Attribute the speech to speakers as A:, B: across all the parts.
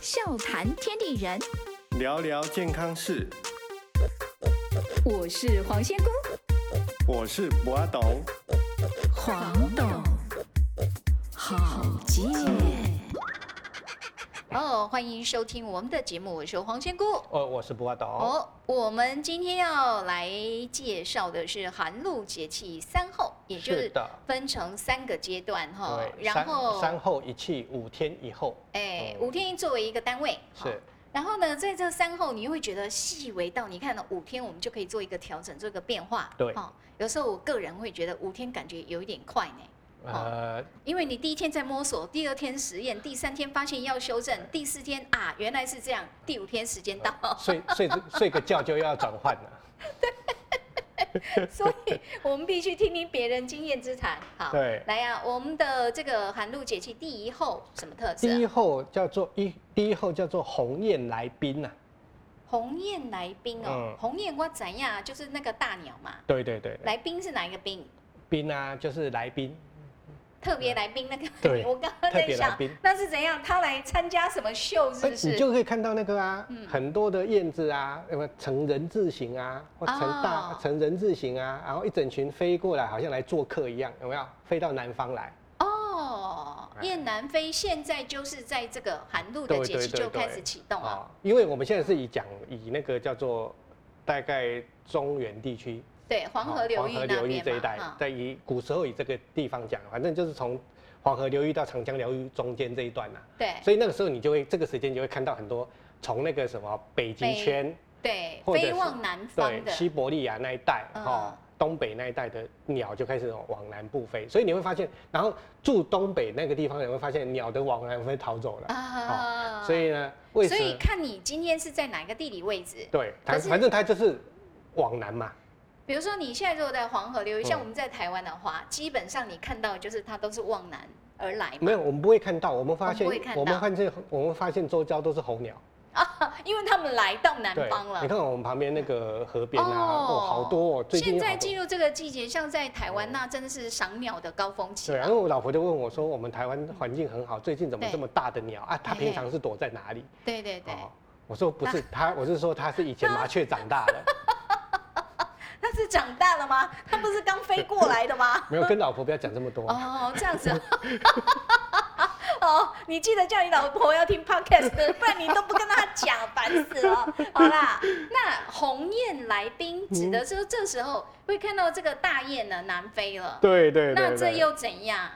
A: 笑谈天地人，
B: 聊聊健康事，
A: 我是黄仙姑
B: 我是博阿董。
A: 黄董，好姐。
C: 哦，欢迎收听我们的节目，我是黄仙姑。
D: 哦，我是不阿斗。
C: 哦，我们今天要来介绍的是寒露节气三候，也就是是
D: 的
C: 分成三个阶段哈。
D: 对，
C: 然
D: 三
C: 后，
D: 三后一气，五天以后
C: 哎，
D: 嗯
C: 五天作为一个单位，哈
D: 是。
C: 然后呢，在这三后，你又会觉得细微到，你看呢，五天我们就可以做一个调整，做一个变化。
D: 对
C: 哦，有时候我个人会觉得五天感觉有一点快呢，
D: 呃，
C: 因为你第一天在摸索，第二天实验，第三天发现要修正，第四天啊原来是这样，第五天时间到。
D: 睡睡睡个觉就要转 换啊了。
C: 所以我们必须听听别人经验之谈。好，
D: 对
C: 来呀、我们的这个寒露节气第一候什么特色
D: 第一
C: 啊？
D: 后叫做一，第一后叫做鸿雁来宾呐、啊
C: 鸿雁来宾哦
D: 嗯，
C: 鸿雁我怎样？啊就是那个大鸟嘛。
D: 对对对，
C: 来哦宾是哪一个宾？
D: 宾啊就是来宾，
C: 特别来宾那个，
D: 对
C: 我刚刚
D: 特
C: 在
D: 别来
C: 想
D: 宾，
C: 那是怎样？他来参加什么秀？是
D: 哎
C: 不是？
D: 你就可以看到那个啊，
C: 嗯
D: 很多的燕子啊，那么成人字形啊，或成大、
C: 哦
D: 成人字形啊，然后一整群飞过来，好像来做客一样，有没有？飞到南方来。
C: 哦，
D: 哎
C: 雁南飞现在就是在这个寒露的
D: 对
C: 节气
D: 对对
C: 就开
D: 对
C: 始启动啊。
D: 哦，因为我们现在是以讲以那个叫做大概中原地区
C: 对，黄河
D: 哦
C: 流域
D: 黄河
C: 那
D: 流域这一
C: 边
D: 带
C: 嘛，哈，
D: 在以古时候以这个地方讲，反正就是从黄河流域到长江流域中间这一段呐、
C: 对
D: 所以那个时候你就会这个时间就会看到很多从那个什么北极
C: 北
D: 圈
C: 对，
D: 或者
C: 飞
D: 是
C: 往南
D: 对
C: 方的，
D: 西伯利亚那一带
C: 嗯
D: 哦。东北那一带的鸟就开始往南部飞，所以你会发现，然后住东北那个地方的人会发现鸟都往南飞逃走了。
C: 啊
D: 所以呢，为
C: 所
D: 什
C: 以
D: 么？
C: 看你今天是在哪个地理位置。
D: 对，
C: 可
D: 它
C: 是
D: 反正它就是往南嘛。
C: 比如说你现在如果在黄河流域，
D: 嗯
C: 像我们在台湾的话，基本上你看到就是它都是往南而来嘛
D: 没，有，我们不会看到，我们发
C: 哎
D: 现
C: 我们不会看，到
D: 我们发现，我们发现周遭都是候鸟。
C: 因为他们来到南
D: 对
C: 方，
D: 你
C: 了。
D: 看我们旁边那个河边啊，
C: 哦
D: 哦，好多哦，最近
C: 现
D: 有好
C: 在
D: 多
C: 进入这个季节，像在台湾
D: 嗯
C: 那真的是赏鸟的高峰期啊
D: 对，然啊
C: 了。
D: 后我老婆就问我说：“我们台湾环境很好，最近怎么
C: 对
D: 这么大的鸟啊？它
C: 嘿嘿
D: 平常是躲在哪里
C: 对对？”
D: 哦
C: 对，，
D: 我说不是它，我是说它是以前麻雀长大 的，
C: 它是长大了吗？它不是刚飞过来的吗？
D: 没有跟老婆不要讲这么多。
C: 哦，这样 子 啊。哦，你记得叫你老婆要听 podcast，不然你都不跟她讲，烦死 了。好啦，那鸿雁来宾
D: 嗯
C: 指的是这时候会看到这个大雁呢南飞了，
D: 对对对，
C: 那
D: 对
C: 这又怎样？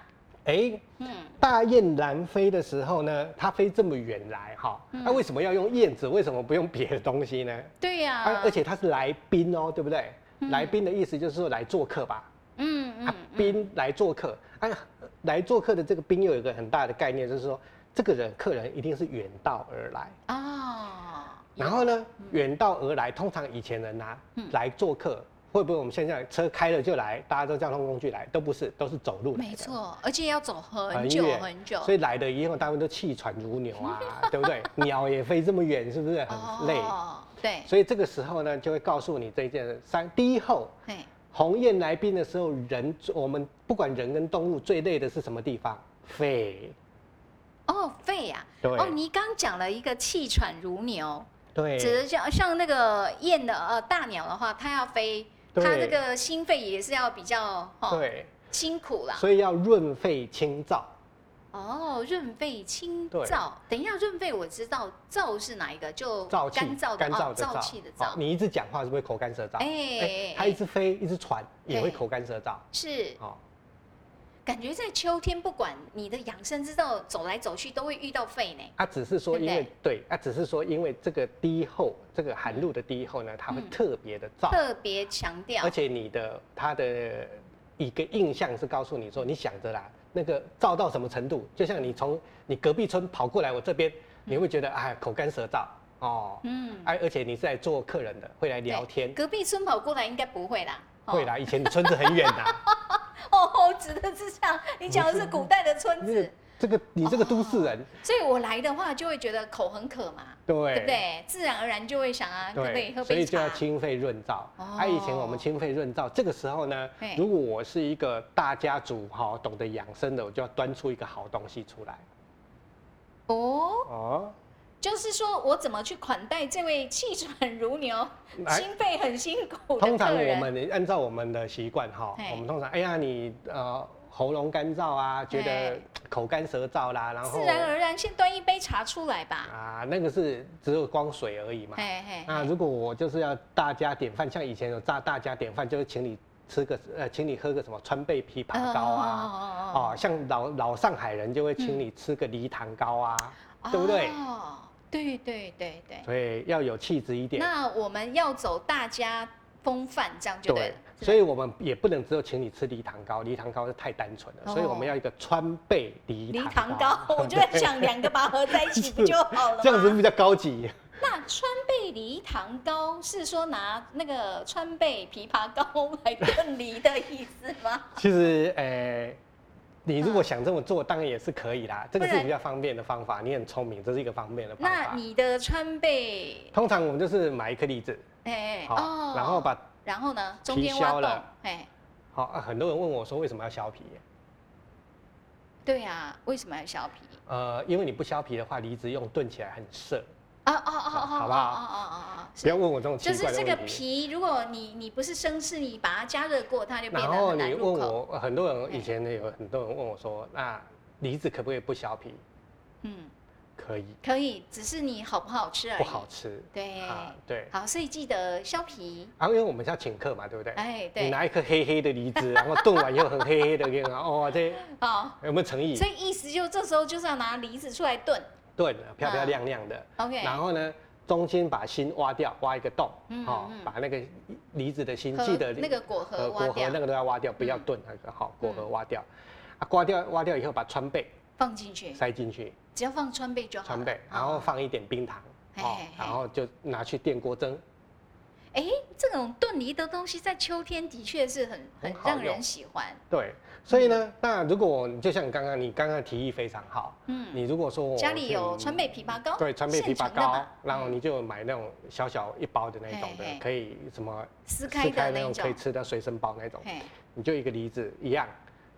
D: 哎，
C: 嗯，
D: 大雁南飞的时候呢，它飞这么远来哈，
C: 嗯
D: 那为什么要用燕子？为什么不用别的东西呢？
C: 对呀、
D: 啊，而且他是来宾哦，对不对？来宾的意思就是说来做客吧，
C: 嗯嗯
D: 啊，宾来做客，啊，来做客的这个宾又有一个很大的概念，就是说这个人客人一定是远道而来，
C: 啊，
D: 然后呢，远道而来，通常以前人啊
C: 嗯
D: 来做客，会不会我们现在车开了就来，大家都交通工具来，都不是，都是走路来
C: 没
D: 的。
C: 错，而且要走很久
D: 远
C: 很久，
D: 所以来的以后大部分都气喘如牛 啊，对不对？鸟也飞这么远，是不是很累？
C: 哦、对，
D: 所以这个时候呢，就会告诉你这一件三第一后
C: 嘿，
D: 鸿雁来宾的时候，人我们不管人跟动物最累的是什么地方？肺。
C: 哦，肺呀、
D: 对
C: 哦，你刚讲了一个气喘如牛，
D: 对
C: 指的像像那个雁的呃大鸟的话，它要飞，
D: 对
C: 它这个心肺也是要比较哦
D: 对，
C: 辛苦啦。
D: 所以要润肺清燥。
C: 哦，润肺清
D: 对
C: 燥。等一下，润肺我知道，燥是哪一个？就
D: 燥气，
C: 干燥的
D: 干燥的
C: 哦、
D: 燥，
C: 燥气的
D: 哦
C: 燥。
D: 你一直讲话是不是口干舌燥？
C: 哎
D: 哎，它一直飞，一直喘，也会
C: 对
D: 口干舌燥。
C: 是，
D: 哦，
C: 感觉在秋天，不管你的养生之道走来走去，都会遇到肺呢。
D: 啊，只是说因
C: 对
D: 为
C: 不
D: 对，啊，只是说因为这个低后，这个寒露的低后呢，它会
C: 嗯
D: 特别的燥，
C: 特别强调
D: 而，且你的他的一个印象是告诉你说，你想着啦，那个燥到什么程度，就像你从你隔壁村跑过来我这边，你会觉得哎口干舌燥哦，
C: 嗯，
D: 哎、而且你是来做客人的，会来聊天，
C: 隔壁村跑过来应该不会啦。哦
D: 会啦，以前你村子很远 呐，
C: 哦，指的是这样，你讲的是古代的村
D: 那个
C: 子，
D: 这个你这个都市人，
C: 所以我来的话就会觉得口很渴嘛，对不
D: 对。
C: 对？自然而然就会想啊，可不可以喝
D: 所
C: 杯
D: 以就要
C: 茶？
D: 清肺润燥。
C: 哦
D: 啊，以前我们清肺润燥，这个时候呢
C: 嘿，
D: 如果我是一个大家族哈、懂得养生的，我就要端出一个好东西出来。
C: 哦，
D: 哦，
C: 就是说我怎么去款待这位气喘如牛、
D: 哎
C: 心肺很辛苦的
D: 通常
C: 客
D: 我
C: 人？
D: 们按照我们的习惯哈
C: 嘿，
D: 我们通常哎呀你呃喉咙干燥啊，觉得
C: 嘿
D: 口干舌燥啦，然后
C: 自然而然先端一杯茶出来吧。
D: 啊那个是只有光水而已嘛。
C: 嘿嘿，
D: 那
C: 嘿
D: 如果我就是要大家点饭，像以前有大大家点饭，就是请你吃个呃，请你喝个什么川贝枇杷膏啊，
C: 哦哦哦哦
D: 哦，像老老上海人就会请你吃个梨糖糕啊，对不对？
C: 哦，对对对对。
D: 所以要有气质一点。
C: 那我们要走大家风范，这样就对了。是吧
D: 所以我们也不能只有请你吃梨糖糕，梨糖糕是太单纯了，所以我们要一个川贝梨
C: 哦梨
D: 糖
C: 糖
D: 糕啊
C: 糕，，我就在想两个把它合在一起不就好了吗？
D: 这样子比较高 级。
C: 那川贝梨糖糕是说拿那个川贝枇杷膏来炖梨的意思 吗？
D: 其实，呃，你如果想这么做，当然也是可以啦，这个
C: 不
D: 是
C: 然
D: 比较方便的方法。你很聪明，这是一个方便的方
C: 那
D: 法。
C: 你的川贝，
D: 通常我们就是买一颗梨子，
C: 哎、
D: 好，然后把
C: 然后呢，中间
D: 皮
C: 挖
D: 削
C: 洞
D: 了，
C: 哎，
D: 好、啊，很多人问我说为什么要削皮？
C: 对啊，为什么要削皮？
D: 呃，因为你不削皮的话，梨子用炖起来很涩。
C: 啊啊啊啊！
D: 好不
C: 啊
D: 好
C: 啊啊啊！
D: 不要问我这种奇
C: 就是
D: 怪的
C: 这
D: 问题。
C: 个皮，如果你你不是生吃，你把它加热过，它就变
D: 然
C: 得
D: 后
C: 很难
D: 你问
C: 入口。
D: 我，很多人
C: 嘿
D: 以前有很多人问我说，那梨子可不可以不削皮？
C: 嗯，
D: 可以，
C: 可以，只是你好不好吃而已。
D: 不好吃。
C: 对，
D: 啊，对。
C: 好，所以记得削皮。
D: 然后因为我们是要请客嘛，对不对？
C: 哎，
D: 你
C: 对，
D: 拿一颗黑黑的 梨子，然后炖完以后很黑黑的，给他哦，这
C: 好，
D: 有没有诚意
C: 所？以意思就这时候就是要拿梨子出来炖。
D: 炖漂漂亮亮的，
C: OK，
D: 然后呢，中间把心挖掉，挖一个洞
C: 嗯，
D: 哦
C: 嗯，
D: 把那个梨子的心，
C: 核
D: 记得
C: 那个果核
D: 呃
C: 挖
D: 果核
C: 掉
D: 那个都要挖掉，不要
C: 嗯
D: 炖那个好果核
C: 嗯
D: 挖掉，啊，刮掉挖掉以后把川贝
C: 放进去，
D: 塞进去，
C: 只要放川贝就好了。
D: 川贝，然后
C: 哦，
D: 放一点冰糖，
C: 嘿
D: 哦
C: 嘿嘿，
D: 然后就拿去电锅蒸，
C: 哎，这种炖梨的东西在秋天的确是很很
D: 很好
C: 让人
D: 用
C: 喜欢。
D: 对，所以呢，那如果就像刚刚你刚刚提议非常好，
C: 嗯，
D: 你如果说我
C: 家里有
D: 是
C: 川贝枇杷膏，
D: 对，川贝枇
C: 现
D: 杷
C: 成的嘛嗯
D: 膏，然后你就买那种小小一包的那种
C: 嘿
D: 的
C: 嘿，
D: 可以什么
C: 撕开的
D: 那
C: 那
D: 种可以
C: 种。
D: 吃的随身包那种，
C: 嘿，
D: 你就一个梨子一样，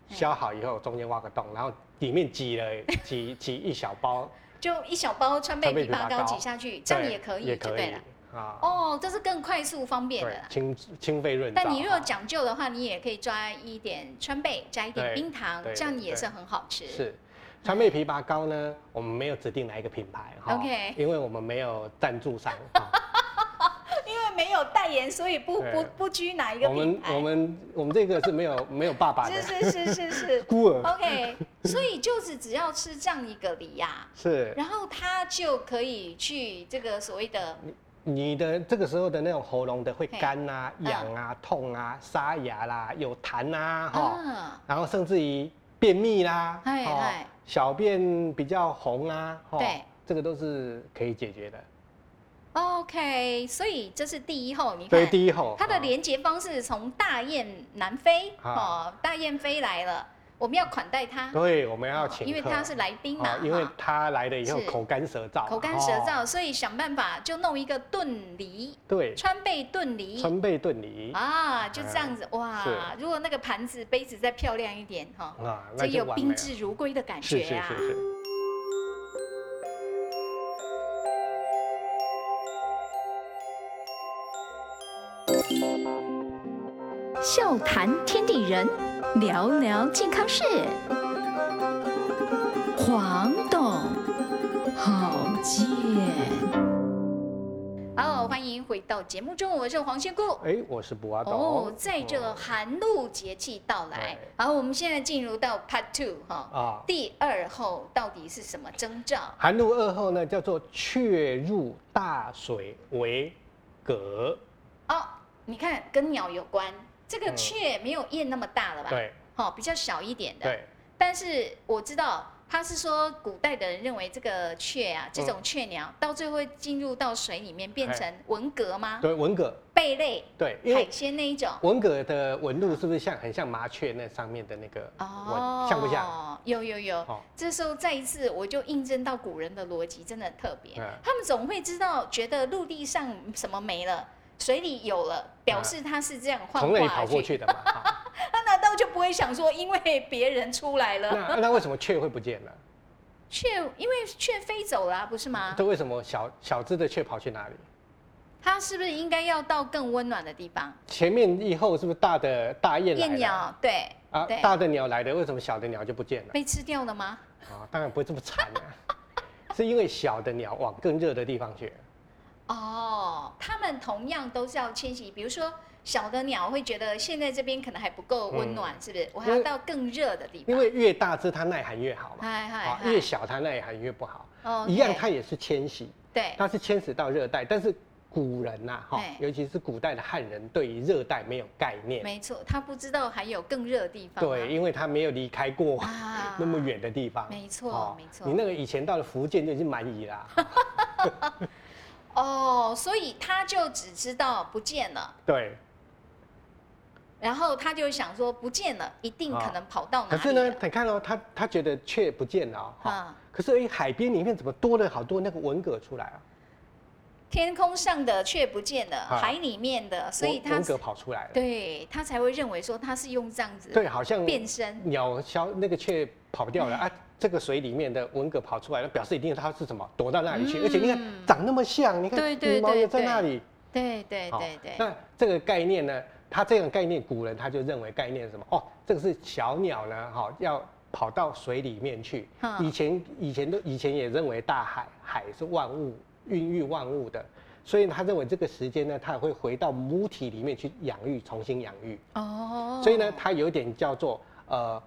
C: 嘿
D: 削好以后中间挖个洞，然后里面挤了挤挤一小包
C: 就一小包川贝
D: 川贝
C: 枇
D: 枇杷
C: 杷膏
D: 膏
C: 挤下去，这样
D: 对
C: 也可以，
D: 也
C: 就
D: 可
C: 对
D: 以
C: 了。
D: 啊，
C: 哦，这是更快速方便的
D: 对
C: 啦，。
D: 清清肺润燥。
C: 但你如果讲究的话，你也可以抓一点川贝，加一点
D: 对
C: 冰糖，
D: 对
C: 这样也
D: 对
C: 是很好吃。，
D: 是川贝枇杷膏呢，我们没有指定哪一个品牌
C: OK
D: 因为我们没有赞 助商，哈
C: 因为没有代言，所以不
D: 对
C: 不不拘哪一个
D: 我
C: 品
D: 们
C: 牌。
D: 我们我们这个是 没有没有爸爸
C: 是哦
D: 的
C: 是是是是
D: 孤儿，
C: ，OK，所以就是只要吃这样一个梨呀、
D: 是
C: 然后它就可以去这个所谓的
D: 你的这个时候的那种喉咙的会
C: 嘿
D: 干啊、
C: 嗯
D: 痒啊、痛啊、沙哑啦、有痰啊，哈，
C: 啊，
D: 然后甚至于便秘啦，
C: 哎
D: 哦
C: 哎
D: 小便比较红啊，哦
C: 对，
D: 这个都是可以解决的。
C: OK，所以这是第一后，你
D: 所以
C: 看。
D: 第一吼，
C: 它的
D: 哦
C: 连接方式从大雁南飞
D: 啊
C: 哦，大雁飞来了，我们要款待它，
D: 对，我们要
C: 哦
D: 请客，
C: 因为它是来宾嘛
D: 哦，因为
C: 哈
D: 他来了以后
C: 是
D: 口干舌燥嘛，
C: 口干舌
D: 哦
C: 燥，所以想办法就弄一个炖梨，
D: 对，
C: 川贝炖梨
D: 川贝炖梨啊，
C: 啊，就这样子哇！
D: 是嗯
C: 如果那个盘子杯子再漂亮一点哈，这
D: 啊那就
C: 有
D: 完美
C: 宾
D: 了。
C: 至如归的感
D: 是
C: 觉
D: 是
C: 啊
D: 是。是，
A: 笑谈天地人，聊聊健康事。黄董，好见。
C: 好，欢迎回到节目中，我是黄仙姑。
D: 哎，我是不阿斗
C: 哦，在这个寒露节气到来
D: 对，
C: 好，我们现在进入到 Part Two 哈、
D: 啊，
C: 第二候到底是什么征兆？
D: 寒露二候呢叫做雀入大水为蛤，
C: 哦，你看跟鸟有关，这个
D: 嗯
C: 雀没有雁那么大了吧？，
D: 对
C: 哦，比较小一点的。
D: 对，
C: 但是我知道，他是说古代的人认为这个雀啊，这种雀鸟、到最后会进入到水里面变成文蛤吗？
D: 哎对文蛤，
C: 贝类、
D: 对，因为
C: 海鲜那一种。
D: 文蛤的纹路是不是像很像麻雀那上面的那个
C: 哦
D: 纹，，像不像？？
C: 有有有。
D: 哦，
C: 这时候再一次，我就印证到古人的逻辑真的很特别
D: 嗯，
C: 他们总会知道，觉得陆地上什么没了，水里有了，表示它是这样幻
D: 从那里
C: 化
D: 跑
C: 而
D: 过
C: 去。
D: 去的嘛。哈
C: 他难道就不会想说，因为别人出来了？
D: 那那为什么雀会不见了？
C: 雀因为雀飞走了、啊，不是吗
D: 这？为什么小小只的雀跑去哪里？
C: 它是不是应该要到更温暖的地方？
D: 前面以后是不是大的大雁来了？
C: 燕鸟对
D: 啊
C: 对，
D: 大的鸟来了，为什么小的鸟就不见了？
C: 被吃掉了吗？
D: 啊，当然不会这么惨啊， 是因为小的鸟往更热的地方去。
C: 哦，它们同样都是要迁徙，比如说小的鸟会觉得现在这边可能还不够温暖，是不是？我还要到更热的地方。
D: 嗯因为越大只它耐寒越好嘛，
C: 嗨嗨
D: 啊，
C: 嗨
D: 越小它耐寒越不好。
C: 哦
D: 一样，
C: 对
D: 它也是迁徙，
C: 对
D: 它是迁徙到热带，但是古人呐，哈
C: 哎，
D: 尤其是古代的汉人，对于热带没有概念，
C: 没错，它不知道还有更热的地方啊。
D: 对，因为他没有离开过
C: 啊
D: 那么远的地方。
C: 没错
D: 哦
C: 没错
D: 你那个以前到了福建就已经蛮夷啊啦，
C: 哦，所以他就只知道不见了，
D: 对。
C: 然后他就想说不见了，一定可能跑到哪
D: 啊可
C: 里
D: 是呢
C: 了，
D: 你看哦，他他觉得却不见了哦哈
C: 啊，
D: 可是哎，海边里面怎么多了好多那个文蛤出来啊？
C: 天空上的却不见了，
D: 啊
C: 海里面的，所以
D: 文
C: 他
D: 文蛤跑出来了。
C: 对他才会认为说他是用这样子
D: 对，啊好像
C: 变身嗯
D: 鸟消那个雀跑掉了啊，这个水里面的文蛤跑出来了，表示一定它是什么躲到那里去，而且你看长那么像，你看
C: 嗯对对
D: 羽毛
C: 对
D: 也在那
C: 对
D: 里。
C: 对对
D: 好
C: 对对，
D: 那这个概念呢，它这种概念，古人他就认为概念是什么？哦，这个是小鸟呢，哈、要跑到水里面去。
C: 嗯
D: 以前以前都以前也认为大海海是万物孕育万物的，所以他认为这个时间呢，它也会回到母体里面去养育，重新养育。
C: 哦，
D: 所以呢，它有点叫做呃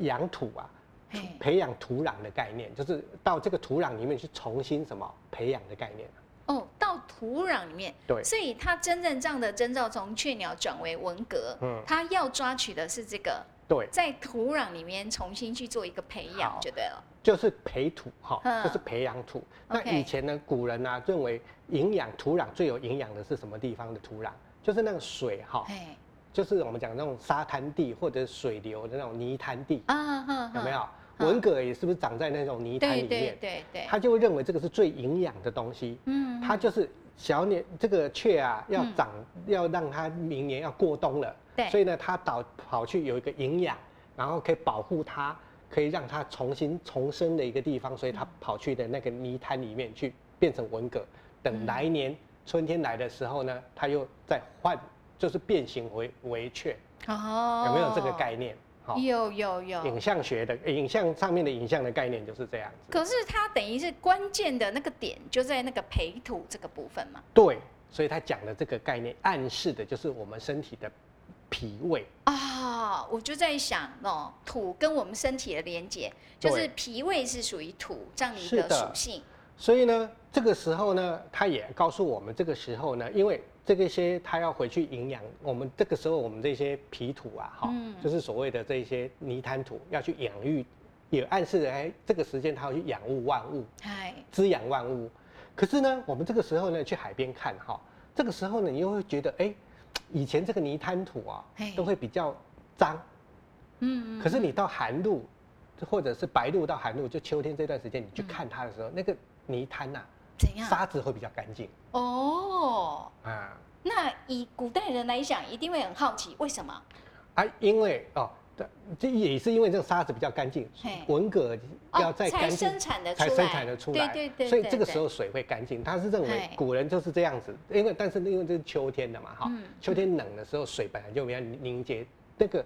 D: 养土啊，
C: 嘿，
D: 培养土壤的概念，就是到这个土壤里面去重新什么培养的概念。
C: 哦，到土壤里面，
D: 对
C: 所以他真正这样的征兆从雀鸟转为文革，
D: 嗯
C: 他要抓取的是这个，
D: 对，
C: 在土壤里面重新去做一个培养
D: 好
C: 就对了，
D: 就是培土哈，
C: 嗯
D: 就是培养土。那
C: OK
D: 以前呢，古人啊认为营养土壤最有营养的是什么地方的土壤？就是那个水哈，
C: 哎，
D: 就是我们讲那种沙滩地或者水流的那种泥滩地，
C: 啊哈，
D: 有没
C: 哈？
D: 有？
C: 嗯
D: 文蛤也是不是长在那种泥滩
C: 对
D: 里
C: 对
D: 面？
C: 对对，
D: 他就会认为这个是最营养的东西。
C: 嗯，
D: 它就是小鸟这个雀啊，要
C: 嗯
D: 长，要让它明年要过冬了，
C: 对
D: 所以呢，它导跑去有一个营养，然后可以保护它，可以让它重新重生的一个地方，所以它跑去的那个泥滩里面去变成文蛤，等来年春天来的时候呢，它又再换，就是变形为为雀，
C: 哦，
D: 有没有这个概念？好、
C: 有有有
D: 影。像学的影像上面的影像的概念就是这样子。
C: 可是它等于是关键的那个点就在那个培土这个部分嘛。
D: 对，所以他讲的这个概念，暗示的就是我们身体的脾胃。
C: 啊、我就在想哦，土跟我们身体的连接，就是
D: 对
C: 脾胃是属于土这样的一
D: 是
C: 个
D: 的
C: 属性。
D: 所以呢，这个时候呢，他也告诉我们，这个时候呢，因为这个些他要回去营养，我们这个时候我们这些脾土啊，哈、
C: 嗯
D: 就是所谓的这些泥滩土，要去养育，也暗示哎，这个时间他要去养护万物，
C: 哎，
D: 滋养万物。可是呢，我们这个时候呢，去海边看哈，这个时候呢，你又会觉得哎，以前这个泥滩土啊
C: 嘿，
D: 都会比较脏。
C: 嗯，
D: 可是你到寒露，或者是白露到寒露，就秋天这段时间，你去
C: 嗯
D: 看它的时候，那个泥滩啊呐、
C: 怎样？
D: 沙子会比较干净
C: 哦，
D: 啊
C: 那以古代人来讲，一定会很好奇，为什么？
D: 啊，因为哦，这这也是因为这个沙子比较干净
C: 嘿，
D: 文蛤要再
C: 哦才
D: 干净。
C: 生产的出
D: 才
C: 来，
D: 生产的出来，
C: 对对对，
D: 所以
C: 对
D: 这个
C: 对
D: 时候水会干净。他是认为
C: 嘿
D: 古人就是这样子，因为但是因为这是秋天的嘛，哈、
C: 嗯
D: 秋天冷的时候水本来就比较凝结，那个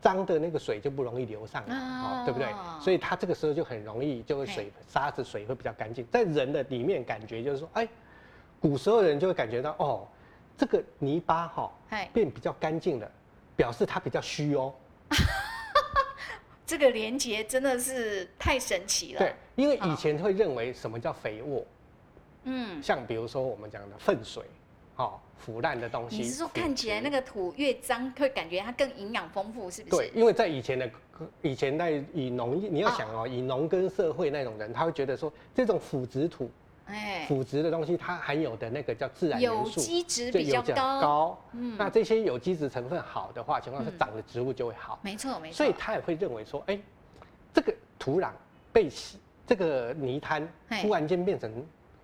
D: 脏的那个水就不容易流上来，
C: 啊
D: 哦，对不对？所以它这个时候就很容易就会水沙子水会比较干净，在人的里面感觉就是说，哎，古时候人就会感觉到哦，这个泥巴哈、
C: 哎，
D: 变比较干净了，表示它比较虚哦。
C: 这个连接真的是太神奇了。
D: 对，，因为
C: 好
D: 以前会认为什么叫肥沃，
C: 嗯，
D: 像比如说我们讲的粪水，哦，腐烂的东西。
C: 你是说看起来那
D: 个？
C: 个土越脏，会感觉它更营养丰富，是不是？
D: 对，因为在以前的以前在以农业，你要想
C: 啊
D: 哦，以农耕社会那种人，他会觉得说这种腐殖土、
C: 哎，
D: 腐殖的东西，它含有的那个叫自然元
C: 有
D: 素，
C: 机值
D: 就
C: 比较
D: 有讲
C: 高，
D: 高。
C: 嗯
D: 那这些有机质成分好的话，情况是
C: 嗯
D: 长的植物就会好，
C: 没错没错。
D: 所以他也会认为说，哎，这个土壤被洗这个泥滩
C: 嘿
D: 突然间变成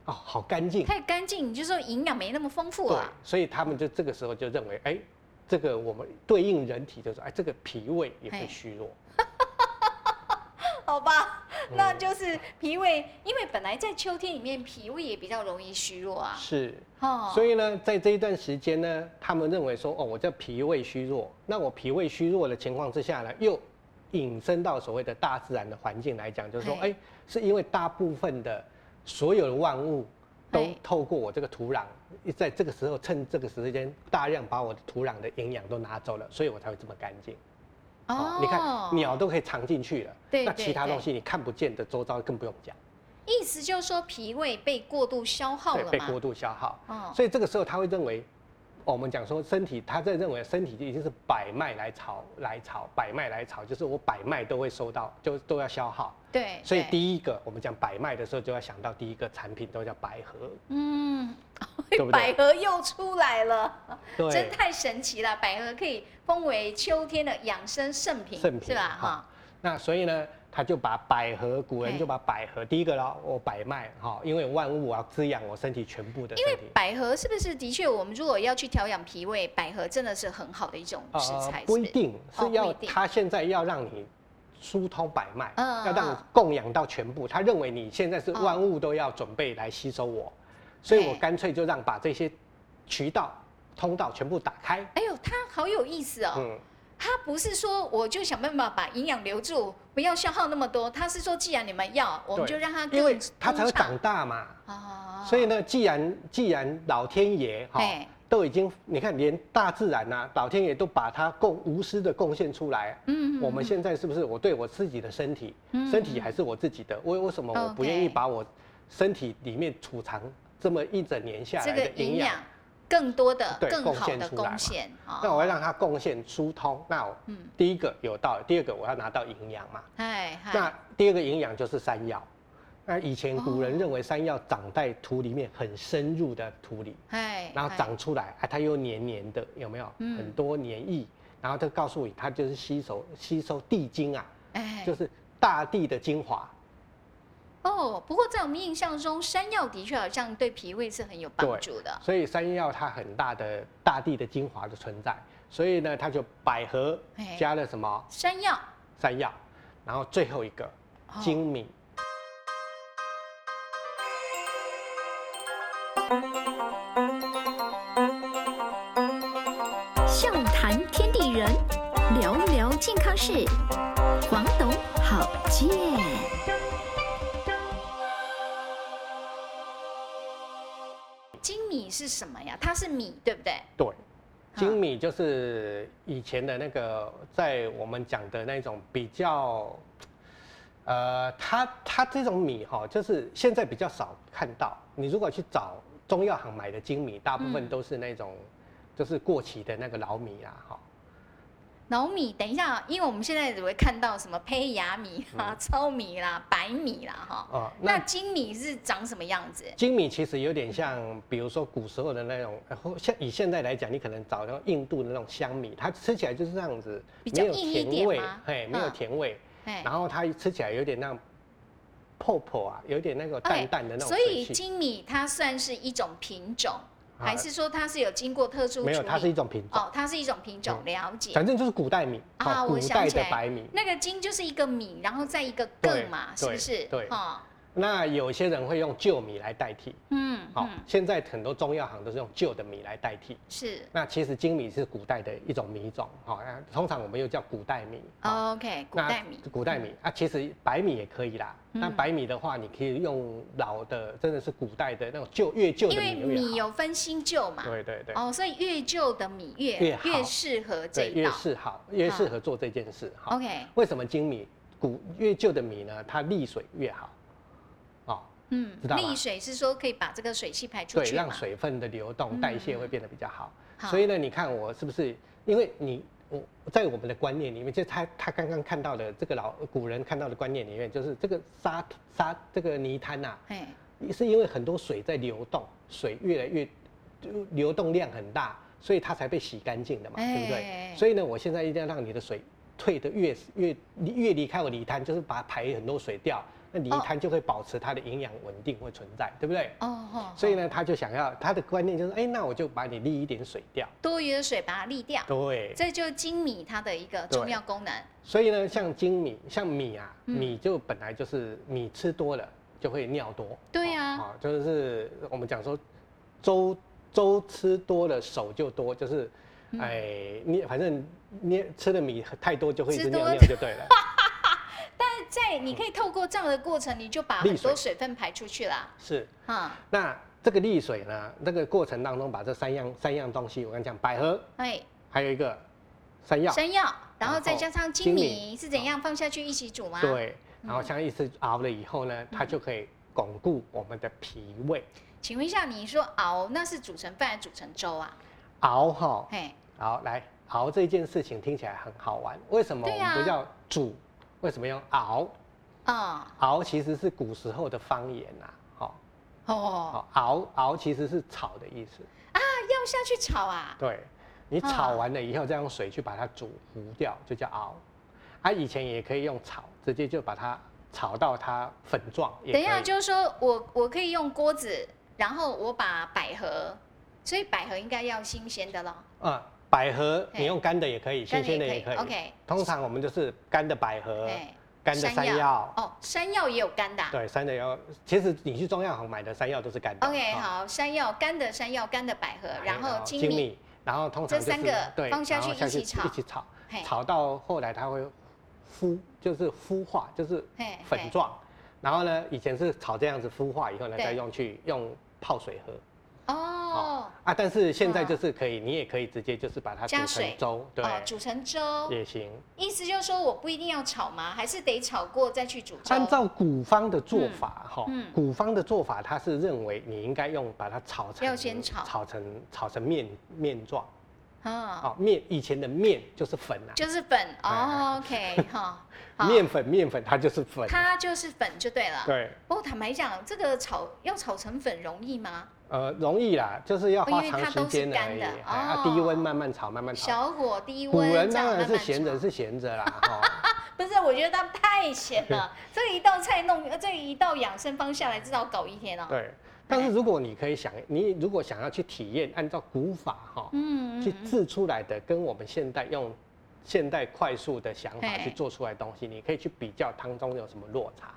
D: 哦，好干净。
C: 太干净，你就说营养没那么丰富
D: 对
C: 了。，
D: 所以他们就这个时候就认为，哎、这个我们对应人体就是，哎，这个脾胃也
C: 嘿
D: 会虚弱。
C: 好吧，
D: 嗯
C: 那就是脾胃，因为本来在秋天里面脾胃也比较容易虚弱啊。
D: 是，
C: 哦，
D: 所
C: 以
D: 以呢，在这一段时间呢，他们认为说，哦，我这脾胃虚弱，那我脾胃虚弱的情况之下呢，又引申到所谓的大自然的环境来讲，就是说，
C: 嘿
D: 哎、是因为大部分的所有的万物都
C: 嘿
D: 透过我这个土壤，在这个时候趁这个时间大量把我的土壤的营养都拿走了，所以我才会这么干净。哦你看鸟都可以藏进去了，
C: 哦对
D: 那
C: 对
D: 其他
C: 对
D: 东西你看不见的周遭更不用讲，
C: 意思就是说脾胃被过度消耗
D: 对，
C: 了
D: 被
C: 嘛。
D: 过度消耗。
C: 哦，
D: 所以这个时候他会认为，哦我们讲说身体，他在认为身体就已经是百脉来朝来朝，百脉来朝，就是我百脉都会收到，就都要消耗。
C: 对，
D: 所以
C: 哎对，
D: 第一个，我们讲百脉的时候，就要想到第一个产品都叫百合，
C: 嗯，
D: 对 不
C: 百
D: 对？
C: 合又出来了，真
D: 对，
C: 太神奇了！百合可以封为秋天的养生圣品，
D: 圣品
C: 是吧？哈
D: 哈、那所以呢，他就把百合，古人
C: 对
D: 就把百合第一个咯，我百脉哈，因为万物我要滋养我身体全部的
C: 因
D: 身
C: 为
D: 体。
C: 百合是不是的确，我们如果要去调养脾胃，百合真的是很好的一种食材，
D: 呃啊不
C: 是
D: 一
C: 是。
D: 定
C: 哦
D: 是
C: 不
D: 要
C: 一定
D: 他现在要让你疏通百脉，
C: 嗯
D: 要让你
C: 嗯
D: 供养到全部。他认为你现在是
C: 嗯
D: 万物都要准备来吸收我，所以我
C: 对
D: 干脆就让把这些渠道通道全部打开。
C: 哎呦，它好有意思哦！
D: 嗯，
C: 它不是说我就想办法把营养留住，不要消耗那么多。它是说，既然你们要，我们
D: 对
C: 就让它更
D: 因为它才会
C: 通畅
D: 长大嘛。
C: 啊
D: 所以呢，既然既然老天爷哈
C: 哎
D: 都已经，你看连大自然呐、啊老天爷都把它贡无私的贡献出来，
C: 嗯
D: 我们现在是不是我对我自己的身体，
C: 嗯
D: 身体还是我自己的，为为什么我不愿意
C: OK
D: 把我身体里面储藏这么一整年下
C: 这
D: 来
C: 个
D: 的
C: 营
D: 营
C: 养
D: 养，
C: 更多的、
D: 对
C: 更好的
D: 贡献出来嘛
C: 贡献啊
D: 那我要让它贡献疏通，那我
C: 嗯，
D: 第一个有道理，第二个我要拿到营养嘛，
C: 嗨嗨，
D: 那第二个营养就是山药。那以前古
C: 哦
D: 人认为山药长在土里面很深入的土里，
C: 嗨，
D: 然后
C: 嗨
D: 长出来啊，它又黏黏的，有没有？
C: 嗯
D: 很多黏液，然后它告诉你，它就是吸收吸收地精啊，
C: 哎
D: 就是大地的精华。
C: 哦。不过在我们印象中，山药的确好像对脾胃是很有帮
D: 对
C: 助的。
D: 所以山药它很大的大地的精华的存在，所以呢，它就百合
C: 哎
D: 加了什么
C: 山药
D: 山药，然后最后一个
C: 哦
D: 精米。
A: 笑谈天地人，聊聊健康事。黄董好见。
C: 精米是什么呀？它是米，对不对？
D: 对，精米就是以前的那个，在我们讲的那种比较，呃，它它这种米哈，就是现在比较少看到。你如果去找中药行买的精米，大部分
C: 嗯
D: 都是那种，就是过期的那个老米啦，哈。
C: 老米，等一下，啊因为我们现在只会看到什么胚芽米
D: 嗯
C: 啊、 糙米啦、白米啦，哈。
D: 啊，
C: 那精米是长什么样子？
D: 精米其实有点像，比如说古时候的那种，呃或像以现在来讲，你可能找到印度的那种香米，它吃起来就是这样子，
C: 比较
D: 没有
C: 硬一
D: 甜
C: 点
D: 味
C: 吗，
D: 嘿，没有
C: 嗯
D: 甜味，
C: 哎，
D: 然后它吃起来有点那种泡泡啊，有点那个
C: 哎
D: 淡淡的那种
C: 所
D: 水
C: 以
D: 汽。
C: 精米它算是一种品种，
D: 啊
C: 还是说它是有经过特殊处理？
D: 没有，它是一种品种，嗯
C: 哦，它是一种品种，了解。
D: 反正就是古代米
C: 啊
D: 哦
C: 我
D: 古
C: 想
D: 代
C: 起
D: 的
C: 来
D: 白米。
C: 那个金就是一个米，然后再一个
D: 对
C: 更嘛，是
D: 对
C: 不是？
D: 对
C: 哦，
D: 那有些人会用旧米来代替，
C: 嗯，
D: 好、
C: 嗯
D: 现在很多中药行都是用旧的米来代替。
C: 是
D: 那其实精米是古代的一种米种，好、哦，那通常我们又叫古代米。哦
C: OK，古
D: 那
C: 代米，
D: 古代米啊，其实白米也可以啦。那
C: 嗯
D: 白米的话，你可以用老的，真的是古代的那种旧越旧的
C: 因为
D: 米越好。
C: 米有分新旧嘛，
D: 对对对，
C: 哦，所以越旧的米越
D: 越好
C: 适合这
D: 对
C: 一
D: 越
C: 道。
D: 适好，越适合做这件事。好
C: OK，
D: 为什么精米古越旧的米呢？它沥水越好，哦，
C: 嗯，
D: 知道吧
C: 沥水是说可以把这个水汽排出
D: 对，
C: 去
D: 让
C: 嘛？嗯
D: 水分的流动代谢会变得比较好。
C: 好
D: 所以呢，你看我是不是？因为你我在我们的观念里面，就他他刚刚看到的这个老古人看到的观念里面，就是这个沙沙这个泥滩呐、啊
C: 哎，
D: 是因为很多水在流动，水越来越就流动量很大，所以它才被洗干净的嘛，对不
C: 哎
D: 对？所以呢，我现在一定要让你的水退得越越离越离开我泥滩，就是把它排很多水掉，那泥
C: 哦
D: 滩就会保持它的营养稳定会存在，对不对？
C: 哦吼，
D: 所以呢，他就想要他的观念就是，哎、那我就把你沥一点水掉。
C: 多余的水把它沥掉，
D: 对，
C: 这就是精米它的一个重要功能。
D: 所以呢，像精米，像米啊，
C: 嗯
D: 米就本来就是米吃多了就会尿多。
C: 对啊
D: 哦，哦就是我们讲说，粥粥吃多了手就多，就是，
C: 嗯
D: 哎，你反正你吃的米太多就会一
C: 吃
D: 直
C: 多
D: 尿
C: 了
D: 尿就对了。
C: 在
D: 嗯
C: 你可以透过这样的过程，你就把很多水分排出去啦。
D: 是，
C: 哈、
D: 那这个沥水呢，那个过程当中把这三样三样东西，我跟你讲，百合，
C: 哎，
D: 还有一个山药，
C: 山药，然后
D: 然
C: 再
D: 后
C: 加上
D: 精
C: 精
D: 米
C: 米是怎样放下去一起煮吗？，
D: 对，然后
C: 嗯
D: 像一次熬了以后呢，它就可以巩固我们的脾胃。
C: 请问一下，你说熬那是煮成饭还是煮成粥啊？
D: 熬哈，
C: 嘿，
D: 好，来熬这件事情听起来很好玩，为什么
C: 对
D: 我们
C: 呀
D: 不叫煮？为什么要熬？
C: 哦
D: 熬其实是古时候的方言呐、好、
C: 哦，
D: 好，熬熬其实是炒的意思。
C: 那要下去炒啊？
D: 对，你炒
C: 啊
D: 完了以后，再用水去把它煮糊掉，就叫熬。啊，以前也可以用炒，直接就把它炒到它粉状也可
C: 等
D: 以。
C: 一下，就是说我我可以用锅子，然后我把百合，所以百合应该要新鲜的咯，
D: 嗯，百合
C: 嘿
D: 你用干的也可以，
C: 干的
D: 新鲜的
C: 也
D: 也
C: 可
D: 可
C: 以
D: 以。
C: ，OK
D: 通常我们就是干的百合，
C: 哎，
D: 干的山药。
C: 哦，山药也有干的啊、
D: 对，山的药，其实你去中药行买的山药都是干的。
C: OK，
D: 哦，
C: 好，山药干的山药干的百合，
D: 哎
C: 然后精米，，
D: 然后通常就
C: 这
D: 是
C: 三个
D: 对
C: 放下
D: 然后
C: 去一起炒
D: 一起炒，
C: 嘿，
D: 炒到后来它会孵，就是孵化，就是
C: 嘿
D: 粉
C: 嘿
D: 状。然后呢，以前是炒这样子孵化以后呢，
C: 对
D: 再用去用泡水喝。
C: 哦，
D: 啊，但是现在
C: 嗯
D: 就是可以，你也可以直接就是把它煮
C: 加水
D: 成粥，对，
C: 哦，煮成粥，
D: 也行。
C: 意思就是说我不一定要炒吗？还是得炒过再去煮粥？
D: 按照古方的做法，哈、
C: 嗯
D: 古方的做法，他是认为你应该用把它炒成，
C: 要先炒
D: 炒成炒成面面状，
C: 啊、
D: 哦，面以前的面就是粉啊，
C: 就是粉哦，OK，哈、 好，
D: 面粉面粉它就是粉，
C: 它就是粉就对了。
D: 对，
C: 不过坦白讲，这个炒要炒成粉容易吗？
D: 呃，容易啦，就是要花
C: 哦因为
D: 长
C: 它
D: 时
C: 都是
D: 间
C: 干
D: 而已，
C: 的
D: 哎
C: 哦
D: 啊，低温慢慢炒，慢慢炒。
C: 小火低
D: 古
C: 温，
D: 人
C: 这样
D: 当然
C: 慢
D: 是
C: 慢
D: 闲着
C: 炒
D: 是 闲着啦，哈，
C: 不是，我觉得它太咸了。这一道菜弄，呃这一道养生方下来，至少搞一天哦。
D: 对。但是如果你可以想，你如果想要去体验，按照古法哈，
C: 嗯，嗯
D: 去
C: 嗯
D: 制出来的，跟我们现代用现代快速的想法
C: 嘿
D: 去做出来的东西，你可以去比较当中有什么落差，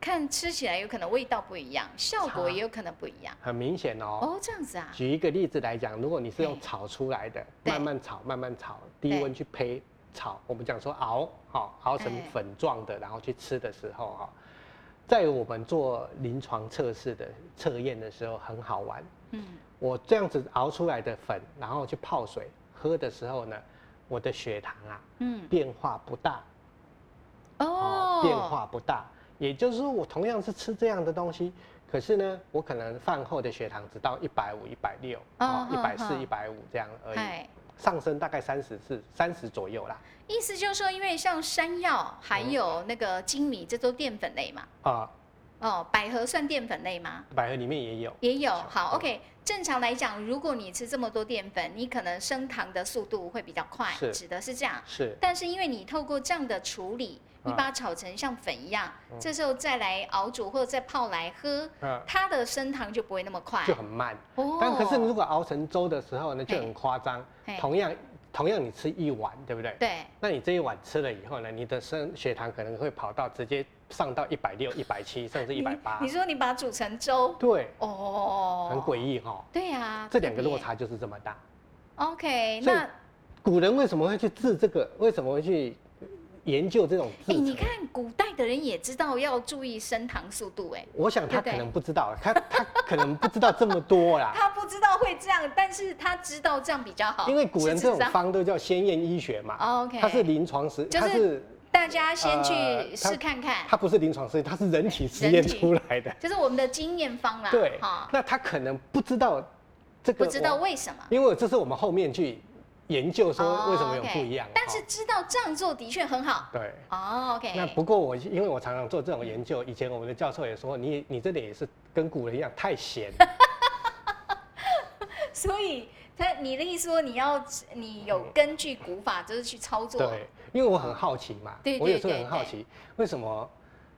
C: 看吃起来有可能味道不一样，效果
D: 差
C: 也有可能不一样。
D: 很明显哦。
C: 哦，这样子啊，
D: 举一个例子来讲，如果你是
C: 嘿
D: 用炒出来的，
C: 对
D: 慢慢炒，慢慢炒，
C: 对
D: 低温去焙炒，我们讲说熬，好、熬成
C: 哎
D: 粉状的，然后去吃的时候，哈、在我们做临床测试的测验的时候很好玩。
C: 嗯，
D: 我这样子熬出来的粉，然后去泡水喝的时候呢，我的血糖啊
C: 嗯，
D: 变化不大，
C: 哦
D: 哦，，变化不大。也就是说，我同样是吃这样的东西，可是呢，我可能饭后的血糖只到一百五、一百六、
C: 哦
D: 啊、一
C: 哼
D: 百四、
C: 哼
D: 一百五这样而已，
C: 哎，
D: 上升大概三十至三十左右啦。
C: 意思就是说，因为像山药还有那个精米，这都淀粉类嘛。
D: 啊、
C: 哦，百合算淀粉类吗？
D: 百合里面也有，
C: 也有。
D: 是
C: 好
D: 嗯
C: ，OK。正常来讲，如果你吃这么多淀粉，你可能升糖的速度会比较快，
D: 是
C: 指的是这样。
D: 是
C: 但是因为你透过这样的处理，你
D: 啊
C: 把它炒成像粉一样，
D: 嗯
C: 这时候再来熬煮或者再泡来喝，
D: 嗯，
C: 它的升糖就不会那么快。
D: 就很慢。
C: 哦
D: 但可是如果熬成粥的时候呢，就
C: 嘿
D: 很夸张
C: 嘿。
D: 同样同样你吃一碗，对不对？
C: 对，
D: 那你这一碗吃了以后呢，你的升血糖可能会跑到直接上到一百六、一百七，甚至一百八
C: 你。说你把它煮成粥，
D: 对，
C: 哦，
D: 很诡。异哈。
C: 对啊，
D: 这两个
C: 特别
D: 落。差就是这么大。
C: OK，
D: 所以
C: 那
D: 古人为什么会去治这个？为什么会去研究这种制
C: 哎，你
D: 成？
C: 看古代的人也知道要注意升糖速度，哎，
D: 我想
C: 对
D: 他
C: 不对
D: 可能不知道，啊他他可能不知道这么 多啦。
C: 他不知道会这样，但是他知道这样比较好。
D: 因为古人这
C: 是
D: 种
C: 这样哦
D: 方都叫先验医学嘛，
C: OK，
D: 它是临床实，
C: 就是
D: 它是
C: 大家先去
D: 呃他
C: 试看看，
D: 它不是临床实验，它是人体实
C: 人
D: 验
C: 体
D: 出来 的。
C: 就是我们的经验方啦。
D: 对
C: 哈，，
D: 那他可能不知道这
C: 不
D: 个，
C: 知道，为什么。
D: 因为这是我们后面去研究
C: 哦
D: 说为什么有
C: OK
D: 不一样。
C: 但是
D: 哦
C: 知道这样做的确很好。
D: 对，
C: 哦，OK。
D: 那不过我因为我常常做这种研究，以前我们的教授也说你你这点也是跟古人一样 太闲，
C: 所以他你的意思说你要你有根据古法就是去操作，
D: 对，因为我很好奇嘛，
C: 对对
D: 我有时候很好奇为什么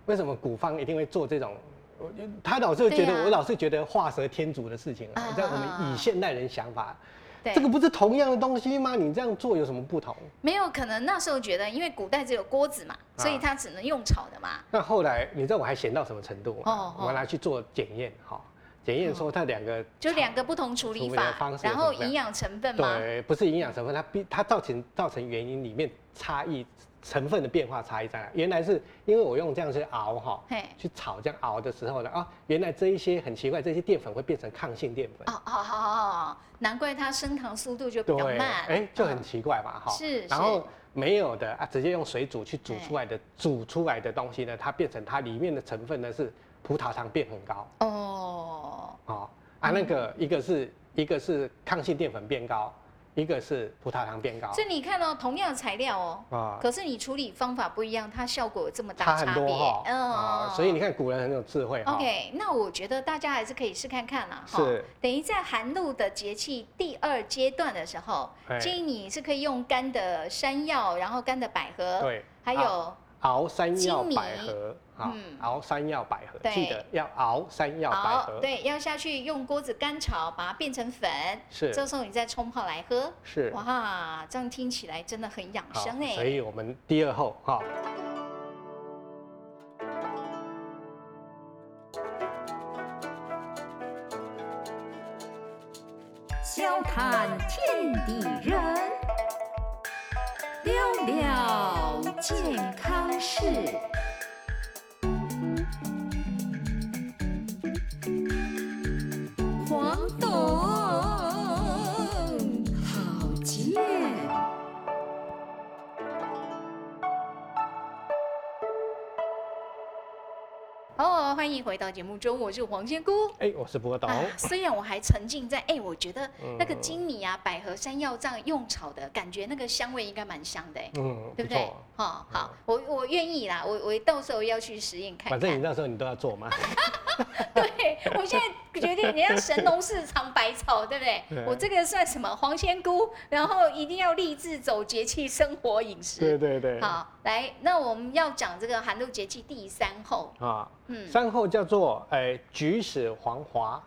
D: 为什么古方一定会做这种？我他老是觉得，
C: 对啊
D: 我老是觉得画蛇添足的事情啊
C: 啊，
D: 在我们以现代人想法，
C: 对，
D: 这个不是同样的东西吗？你这样做有什么不同？
C: 没有可能那时候觉得，因为古代只有锅子嘛，所以
D: 啊
C: 它只能用炒的嘛。
D: 那后来你知道我还闲到什么程度吗？
C: 哦哦
D: 我拿去做检验，哈，检验说它两个
C: 就
D: 草
C: 两个不同处理
D: 处理
C: 法
D: 的方，式
C: 然
D: 是
C: 后
D: 不一样
C: 营养成分嘛，
D: 对，不是营养成分，它必它造成造成原因里面差异成分的变化差异在哪？原来是因为我用这样去熬哈
C: 嘿，
D: 去炒这样熬的时候呢，啊，原来这一些很奇怪，这些淀粉会变成抗性淀粉
C: 哦。哦哦哦哦，难怪它升糖速度就比较
D: 对，
C: 慢，
D: 哎，就很
C: 嗯
D: 奇怪嘛，哈、
C: 是哎
D: 然
C: 是
D: 后没有的啊，直接用水煮去煮
C: 对
D: 出来的，煮出来的东西呢，它变成它里面的成分呢是葡萄糖变很高，
C: 哦，
D: 哦，啊，那个
C: 嗯
D: 一个是、一个是抗性淀粉变高，一个是葡萄糖变高，
C: 所以你看哦，同样的材料哦，
D: 啊
C: 可是你处理方法不一样，它效果有这么大
D: 差很
C: 差
D: 多
C: 别，
D: 哈、
C: 嗯
D: 啊，所以你看古人很有智慧哈、
C: OK，那我觉得大家还是可以试看看啦，哈
D: 是。
C: 等于在寒露的节气第二阶段的时候，
D: 哎
C: 建议你是可以用干的山药，然后干的百合，
D: 对，
C: 还
D: 啊
C: 有
D: 熬山药
C: 金米
D: 百合啊、
C: 嗯
D: 熬山药百合，
C: 对
D: 记得要熬山药百合，
C: 对，要下去用锅子干炒，把它变成粉，
D: 是
C: 这时候你再冲泡来喝。
D: 是
C: 哇，这样听起来真的很养
D: 好
C: 生哎、
D: 所以我们第二后哈、
A: 笑谈天地人，聊聊健康事。黄董，好见。
C: 哦，欢迎回到节目中，我是黄仙姑。
D: 哎、我是波 董，
C: 啊，虽然我还沉浸在，哎、我觉得那
D: 嗯
C: 个金米啊、百合、山药这样用炒的感觉，那个香味应该蛮香的、哎
D: 嗯，
C: 对不
D: 不
C: 对
D: 错。？
C: 好、好，我我愿意啦，我我到时候要去实验看看。
D: 反正你那时候你都要做 嘛，
C: 对，我现在决定，你要神农氏尝百草，对不对？
D: 对
C: 我这个算什么黄仙姑？然后一定要立志走节气生活饮
D: 对
C: 食。
D: 对对，啊
C: 好，来，那我们要讲这个寒露节气第三候，
D: 啊，
C: 嗯，
D: 三后叫做哎菊使黄华，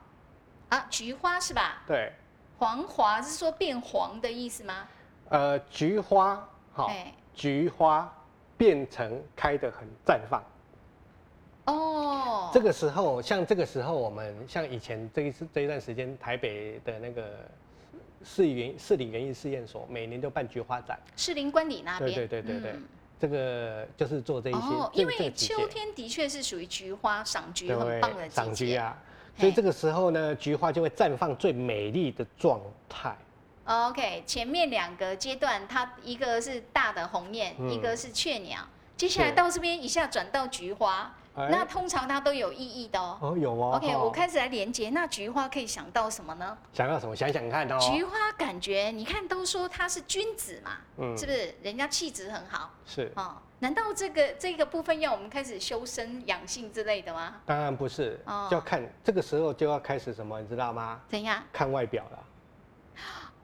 C: 啊，菊花是吧？
D: 对，
C: 黄华是说变黄的意思吗？
D: 呃，菊花好，
C: 哎
D: 菊花变成开得很绽放。
C: 哦，
D: 这个时候，像这个时候，我们像以前这一次这一段时间，台北的那个市园市里园艺试验所，每年都办菊花展。
C: 士林官邸那边，
D: 对对对对对，
C: 嗯
D: 这个就是做这一些。
C: 哦，
D: 这
C: 因
D: 个这
C: 为
D: 个季节
C: 秋天的确是属于菊花赏菊
D: 对
C: 很棒的季节，
D: 赏菊啊，所以
C: 嘿
D: 这个时候呢，菊花就会绽放最美丽的状态。
C: OK，前面两个阶段，它一个是大的鸿雁，
D: 嗯
C: 一个是雀鸟。接下来
D: 是
C: 到这边一下转到菊花，
D: 哎
C: 那通常它都有意义的哦。
D: 哦有哦。
C: OK，
D: 哦
C: 我开始来连接，那菊花可以想到什么呢？
D: 想到什么？想想看哦。
C: 菊花感觉，你看都说它是君子嘛，
D: 嗯
C: 是不是？人家气质很好
D: 是，
C: 哦。难道这个这个部分要我们开始修身养性之类的吗？
D: 当然不是，
C: 哦
D: 就要看这个时候就要开始什么，你知道吗？
C: 怎样？
D: 看外表了。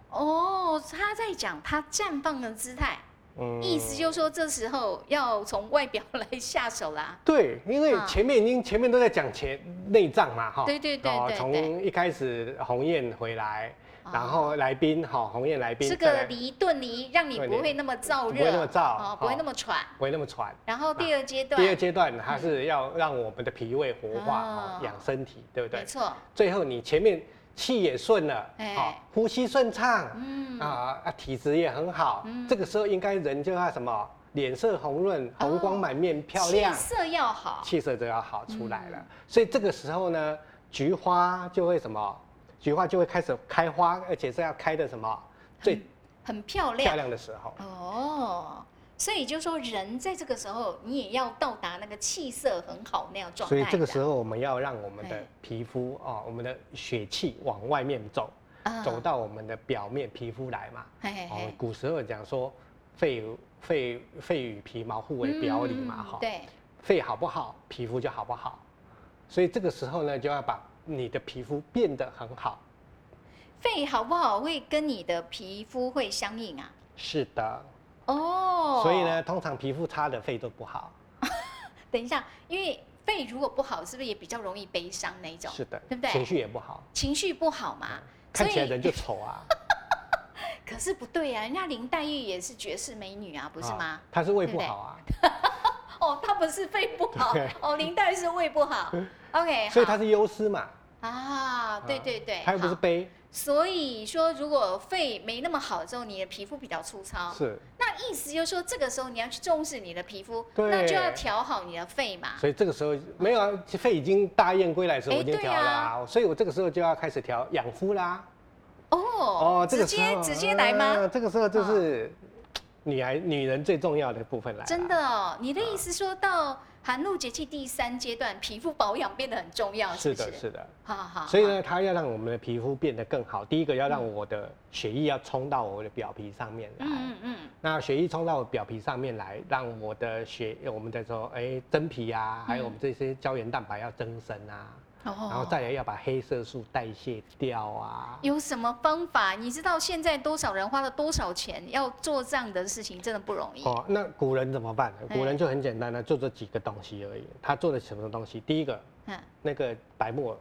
C: 哦，他在讲他绽放的姿态，
D: 嗯
C: 意思就是说这时候要从外表来下手 啦。
D: 对，因为
C: 啊
D: 前面已经前面都在讲前内脏嘛，哈，
C: 对对对
D: 哦
C: 对对
D: 从一开始鸿雁回来，
C: 哦
D: 然后来宾哈，鸿雁来宾，
C: 这
D: 再
C: 个
D: 来
C: 离顿离，让你
D: 对
C: 不
D: 你
C: 会那么燥热，
D: 不会那么燥
C: 哦
D: 哦
C: 不会那么喘。
D: 不会那么喘。
C: 然后第二阶段，
D: 第二阶段它是要让我们的脾胃活化，
C: 啊
D: 哦养身体，对不对
C: 没？错，
D: 最后你前面气也顺了，
C: 哎
D: 好，呼吸顺畅，
C: 嗯
D: 啊啊，体质也很好
C: 嗯，
D: 这个时候应该人就要什么，脸色红润，
C: 哦
D: 红光满面，漂亮
C: 气，色要好，嗯
D: 气色就要好出来了。所以这个时候呢，菊花就会什么？菊花就会开始开花，而且是要开的什么最
C: 很漂
D: 漂
C: 亮。
D: 亮的时候。
C: 哦，所以就说人在这个时候，你也要到达那个气色很好那样状态
D: 所
C: 的。
D: 以这个时候，我们要让我们
C: 哎
D: 的皮肤哦，我们的血气往外面走，
C: 啊
D: 走，到我们的表面皮肤来嘛。
C: 嘿嘿
D: 哦
C: 嘿，
D: 古时候讲说，肺肺肺与皮毛互为表里嘛，
C: 嗯
D: 哈、
C: 对，
D: 肺好不好，皮肤就好不好。所以这个时候呢，就要把你的皮肤变得很好。
C: 肺好不好会跟你的皮肤会相应啊。
D: 是的，
C: 哦，
D: 哦所以呢，，通常皮肤差的肺都不好。
C: 等一下，因为肺如果不好，是不是也比较容易悲伤那一种？
D: 是的，
C: 对不对
D: 情绪也不好，
C: 情绪不好嘛，所
D: 看
C: 以
D: 起来人就丑啊，
C: 可是不对啊，人家林黛玉也是绝世美女啊，不是吗
D: 啊？？他是胃
C: 对
D: 不
C: 不对
D: 好啊，
C: 哦，她不是肺不好
D: 对，
C: 哦，林黛玉是胃不 好。OK，
D: 所以
C: 好
D: 他是忧思嘛，
C: 啊，对对对，
D: 他又不是
C: 好
D: 悲，
C: 所以说，如果肺没那么好的时候，你的皮肤比较粗糙，
D: 是，
C: 那意思就是说，这个时候你要去重视你的皮肤，
D: 对
C: 那就要调好你的肺嘛。
D: 所以这个时候没有啊，肺已经大雁归来的时候
C: 哎
D: 我已经调了啊，所以我这个时候就要开始调养肤啦。
C: 哦，
D: 这
C: 直
D: 个时
C: 接
D: 候
C: 直接来吗？啊
D: 啊这个时候就是女孩女人最重要的部分来了，
C: 真的哦，你的意思说到寒露节气第三阶段，皮肤保养变得很重要，
D: 是
C: 不
D: 的，
C: 是？
D: 是的。
C: 好好好，嗯
D: 所以呢，它要让我们的皮肤变得更好。第一个要让我的血液要冲到我的表皮上面来，
C: 嗯嗯嗯，
D: 那血液冲到我表皮上面来，让我的血，我们在说，哎、真皮啊，还有我们这些胶原蛋白要增生啊，
C: 嗯哦
D: 然后再来要把黑色素代谢掉啊。
C: 有什么方法？你知道现在多少人花了多少钱要做这样的事情，真的不容易。
D: 哦，那古人怎么办呢？
C: 哎
D: 古人就很简单的做这几个东西而已。他做的什么东西？第一个，
C: 嗯，
D: 那个白木耳，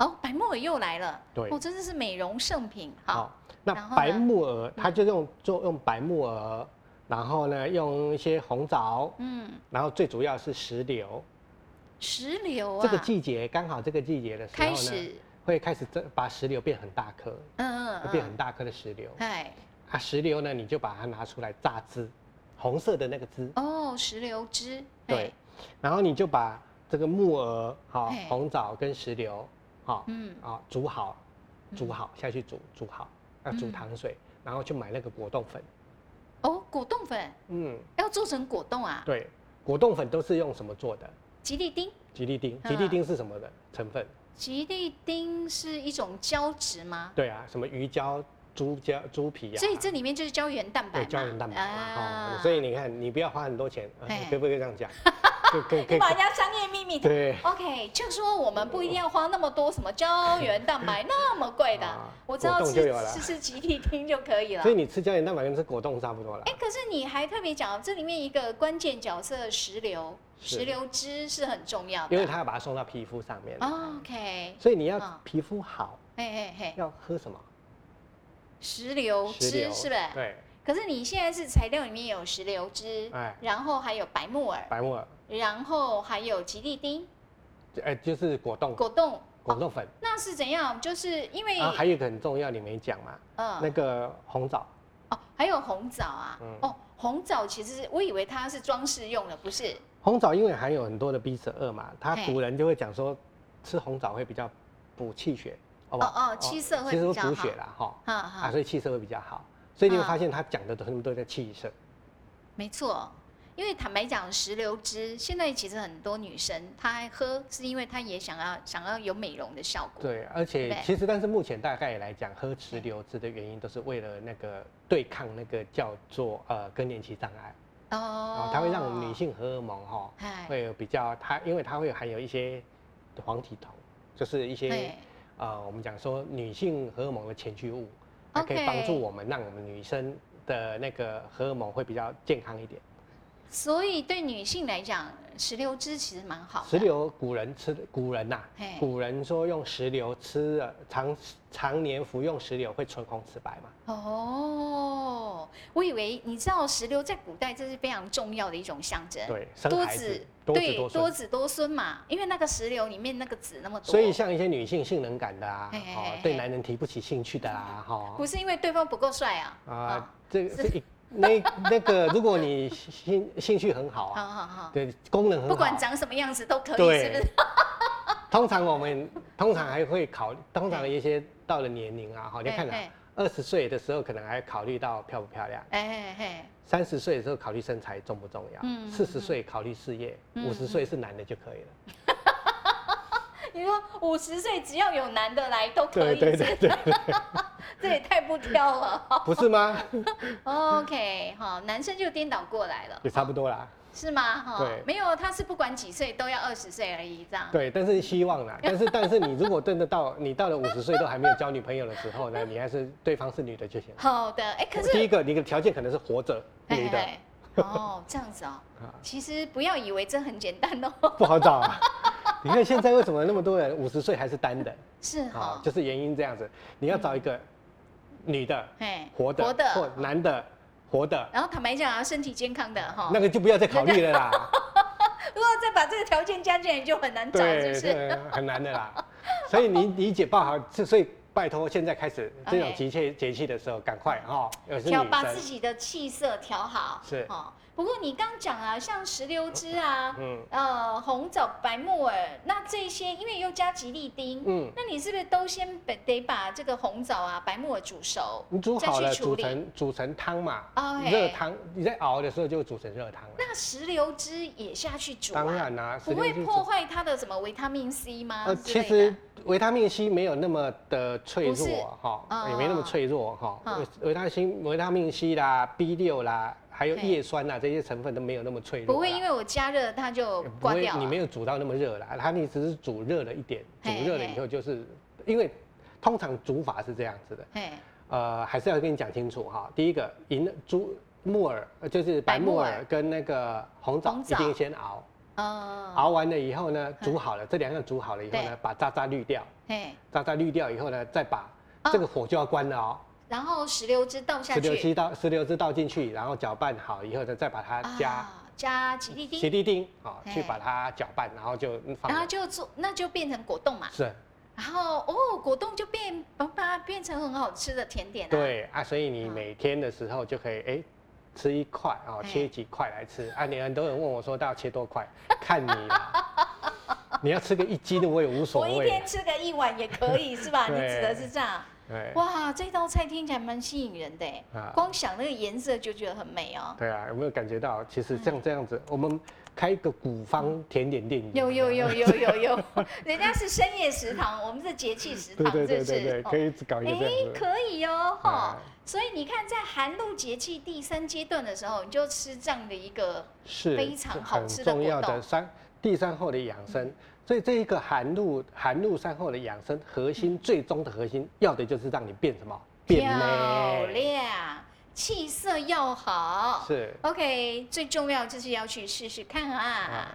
C: 哦，白木耳又来了，
D: 对
C: 哦，真的是美容圣品。
D: 哦
C: 好，，
D: 那
C: 然后呢
D: 白木耳，他就用做用白木耳，然后呢用一些红枣，
C: 嗯，
D: 然后最主要是石榴。
C: 石榴啊，
D: 这个季节刚好这个季节的时候
C: 开
D: 呢，
C: 始，
D: 会开始这把石榴变很大颗，
C: 嗯嗯
D: 会
C: 嗯，
D: 变很大颗的石榴。
C: 哎，
D: 啊，石榴呢，你就把它拿出来榨汁，红色的那个汁，
C: 哦，石榴汁，
D: 对
C: 哎，，
D: 然后你就把这个木耳、好
C: 嘿
D: 红枣跟石榴，好
C: 嗯，
D: 啊煮好，煮好下去煮煮好，要煮
C: 嗯
D: 糖水，然后去买那个果冻粉，
C: 哦，果冻粉
D: 嗯，
C: 要做成果冻啊，
D: 对，果冻粉都是用什么做的？
C: 吉利丁，
D: 吉利
C: 嗯
D: 丁，吉利丁是什么的成分？
C: 吉利丁是一种胶质吗？
D: 对啊，什么鱼胶、猪胶、猪皮啊，
C: 所以这里面就是胶原蛋白
D: 对
C: 嘛，
D: 胶原蛋白啊，哦所以你看，你不要花很多钱，呃
C: 嘿
D: 可不可以这 样讲？可可可
C: 你
D: 以
C: 把人家商业秘密
D: 对
C: OK，就说我们不一定要花那么多什么胶原蛋白那么贵的
D: 啊，
C: 我知道
D: 果
C: 吃
D: 冻就有了
C: 吃吃集体听就可以了
D: 所。以你吃胶原蛋白跟吃果冻差不多了
C: 哎，，可是你还特别讲这里面一个关键角色石榴，
D: 是
C: 石榴汁是很重要的，
D: 因为它要把它送到皮肤上面，
C: 哦 OK，
D: 所以你要
C: 嗯
D: 皮肤好，
C: 嘿嘿嘿，
D: 要喝什么？
C: 石榴
D: 石
C: 汁
D: 榴
C: 是不是？
D: 对，
C: 可是你现在是材料里面有石榴汁
D: 哎，
C: 然后还有白木耳，
D: 白木耳，
C: 然后还有吉利丁、
D: 哎，就是果冻，
C: 果冻，哦
D: 果冻粉。
C: 那是怎样？就是因为
D: 啊，还有一个很重要，你没讲嘛，
C: 嗯
D: 那个红枣，
C: 哦，还有红枣啊，
D: 嗯
C: 哦，红枣其实是我以为它是装饰用的，不是？
D: 红枣因为含有很多的 B 十二嘛，它
C: 嘿
D: 古人就会讲说，吃红枣会比较补气血，好不
C: 哦
D: 好？
C: 哦，七色会
D: 其实
C: 比
D: 会
C: 较
D: 补
C: 好。
D: 血啦，哈，
C: 哈
D: 啊，
C: 哈，
D: 所以气色会比较好。所以你会
C: 啊
D: 发现他讲的都全部都在气色，
C: 没错。因为坦白讲，石榴汁现在其实很多女生她还喝，是因为她也想要想要有美容的效果。
D: 对，而且
C: 对
D: 其实但是目前大概来讲，喝石榴汁的原因都是为了那个对抗那个叫做呃更年期障碍，然
C: 哦
D: 后它会让我们女，性荷尔蒙哈
C: 哎，
D: 会有比较它，因为它会含有一些黄体酮，就是一些
C: 对，
D: 呃我们讲说女性荷尔蒙的前驱物，它可以
C: OK
D: 帮助我们让我们女生的那个荷尔蒙会比较健康一点。
C: 所以对女性来讲，石榴汁其实蛮好的。
D: 石，榴古人吃的，古人呐、
C: 哦嘿
D: 古人说用石榴吃了常常年服用石榴会唇红齿白嘛，
C: 哦，我以为你知道石榴在古代这是非常重要的一种象征。
D: 对，生
C: 多
D: 孩子多子
C: 对
D: 多
C: 多
D: 孙，
C: 子多孙嘛，因为那个石榴里面那个子那么多，
D: 所以像一些女性性能感的啊，
C: 嘿嘿嘿
D: 哦
C: 嘿，
D: 对男人提不起兴趣的啊， 哈
C: 不是因为对方不够帅啊，
D: 啊，这个是一那那个，如果你兴兴趣很好
C: 好
D: 啊，
C: 好好，
D: 对，功能很好，
C: 不管长什么样子都可以，是不
D: 对
C: 是？，
D: 通常我们通常还会考，通常一些到了年龄啊，哈，你看
C: 嘿
D: 啊，二十岁的时候可能还考虑到漂不漂亮。
C: 哎嘿，
D: 三十岁的时候考虑身材重不重
C: 嗯
D: 要，四十岁考虑事业，
C: 嗯
D: 五十岁是男的就可以了。
C: 你说五十岁只要有男的来都可
D: 对
C: 以，
D: 对对对，
C: 这也太不挑了。
D: 不是吗？
C: OK，好，男生就颠倒过来了
D: 也，差不多啦。
C: 是吗？哈
D: 对，
C: 没有，他是不管几岁都要二十岁而已，这样。
D: 对，但是希 望啦。但是但是你如果真的到你到了五十岁都还没有交女朋友的时 候呢，你还是对方是女的就行。
C: 好的，哎，可是哎
D: 第一个，你的条件可能是活着
C: 嘿
D: 女的，
C: 嘿哦，这样子哦。
D: 啊，
C: 其实不要以为这很简单哦，
D: 不好找啊。 你看现在为什么那么多人五十岁还 是单的
C: 是哈、
D: 啊？就是原因这样子，你要找一个女的
C: 嘿，
D: 活的，
C: 嗯哎活
D: 或
C: 的。
D: 男的活的，
C: 然后坦白讲啊，身体健康的哈、
D: 那个就不要再考虑 了啦。
C: 如果再把这个条件加进来，你就很 难找，是
D: 对
C: 不是？
D: 对，很难 的啦。所以你理解抱好，这所以拜托现在开始这种
C: OK
D: 急切节气的时候，赶快哈，尤其是
C: 调
D: 女
C: 把自
D: 生，
C: 己的气色调好。
D: 是
C: 哦。不过你刚讲啊，像石榴汁啊，
D: 嗯
C: 呃，红枣、白木耳，那这些因为又加吉利丁，
D: 嗯，
C: 那你是不是都先得得把这个红枣啊、白木耳煮熟？
D: 你煮好
C: 再
D: 了
C: 去处
D: 煮
C: 理
D: 成煮成汤嘛，
C: OK
D: 热汤，你在熬的时候就煮成热汤了。
C: 那石榴汁也下去煮、啊，
D: 当然啦，
C: 不
D: 时
C: 会
D: 间就
C: 破
D: 煮。
C: 坏它的什么维他命 C 吗？
D: 呃，
C: 之
D: 其
C: 类
D: 实
C: 的
D: 维他命 C 没有那么的脆
C: 不是
D: 弱哈，
C: 嗯
D: 也没那么
C: 嗯
D: 脆弱哈。
C: 嗯
D: 维维他命维他命 C 啦、B 六啦，还有
C: 对
D: 叶酸啦这些成分都没有那么脆弱啦。
C: 不会因为我加热它就
D: 也不
C: 挂
D: 会
C: 掉了。
D: 你没有煮到那么热啦，它你只是煮热了一点，煮
C: 嘿
D: 热了
C: 嘿
D: 以后就是，因为通常煮法是这样子的，
C: 嘿，
D: 呃，还是要跟你讲清楚哈。第一个，银猪木耳呃就是
C: 白
D: 白木
C: 木
D: 耳
C: 耳
D: 跟那个红枣
C: 红
D: 一
C: 枣
D: 定先熬，
C: 呃，
D: 熬完了以后呢，
C: 嗯
D: 煮好了，这两样煮好了以后
C: 对
D: 呢，把渣渣滤掉，
C: 嘿，
D: 渣渣滤掉以后呢，再把
C: 哦
D: 这个火就要关了哦，
C: 然后石榴汁倒下
D: 石
C: 去，
D: 榴汁倒石榴汁倒进去，然后搅拌好以后呢，再把它加
C: 啊、加吉利丁，
D: 斜地丁啊
C: 嘿
D: 去把它搅拌，然后就放
C: 然后
D: 了，
C: 就做，那就变成果冻嘛。
D: 是。
C: 然后哦，果冻就变把它变成很好吃的甜点、啊。，
D: 对啊，所以你
C: 嗯
D: 每天的时候就可以哎、吃一块啊、哦，
C: 哎
D: 切几块来吃啊。你很多人问我说到底切多块， 看你啦， 你要吃个一斤的我也无所
C: 我一
D: 谓
C: 天。吃个一碗也可以是吧？你
D: 对
C: 指的是这样。
D: 对
C: 哇，这道菜听起来蛮吸引人的哎、
D: 啊
C: 光想那个颜色就觉得很美哦、
D: 对啊，有没有感觉到其实
C: 嗯
D: 像这样子，我们开一个古方甜点店，
C: 有有有有有有，人家是深夜食堂，我们是节气食
D: 对
C: 堂，
D: 对
C: 是
D: 对
C: 不
D: 对对，
C: 是？
D: 可以搞一个
C: 哎、
D: 这样子。
C: 可以哦、哈
D: 哎。
C: 所以你看，在寒露节气第三阶段的时候，你就吃这样的一个
D: 是
C: 非常
D: 是
C: 好
D: 很
C: 吃的嗯
D: 重
C: 果
D: 要的
C: 冻
D: 三第三后的养生。所以这一个寒露寒露三后的养生核心，最终的核心要的就是让你变什么？变
C: 嗯漂
D: 美。
C: 亮，气色要好。
D: 是。
C: OK，最重要就是要去试试看啊
D: 啊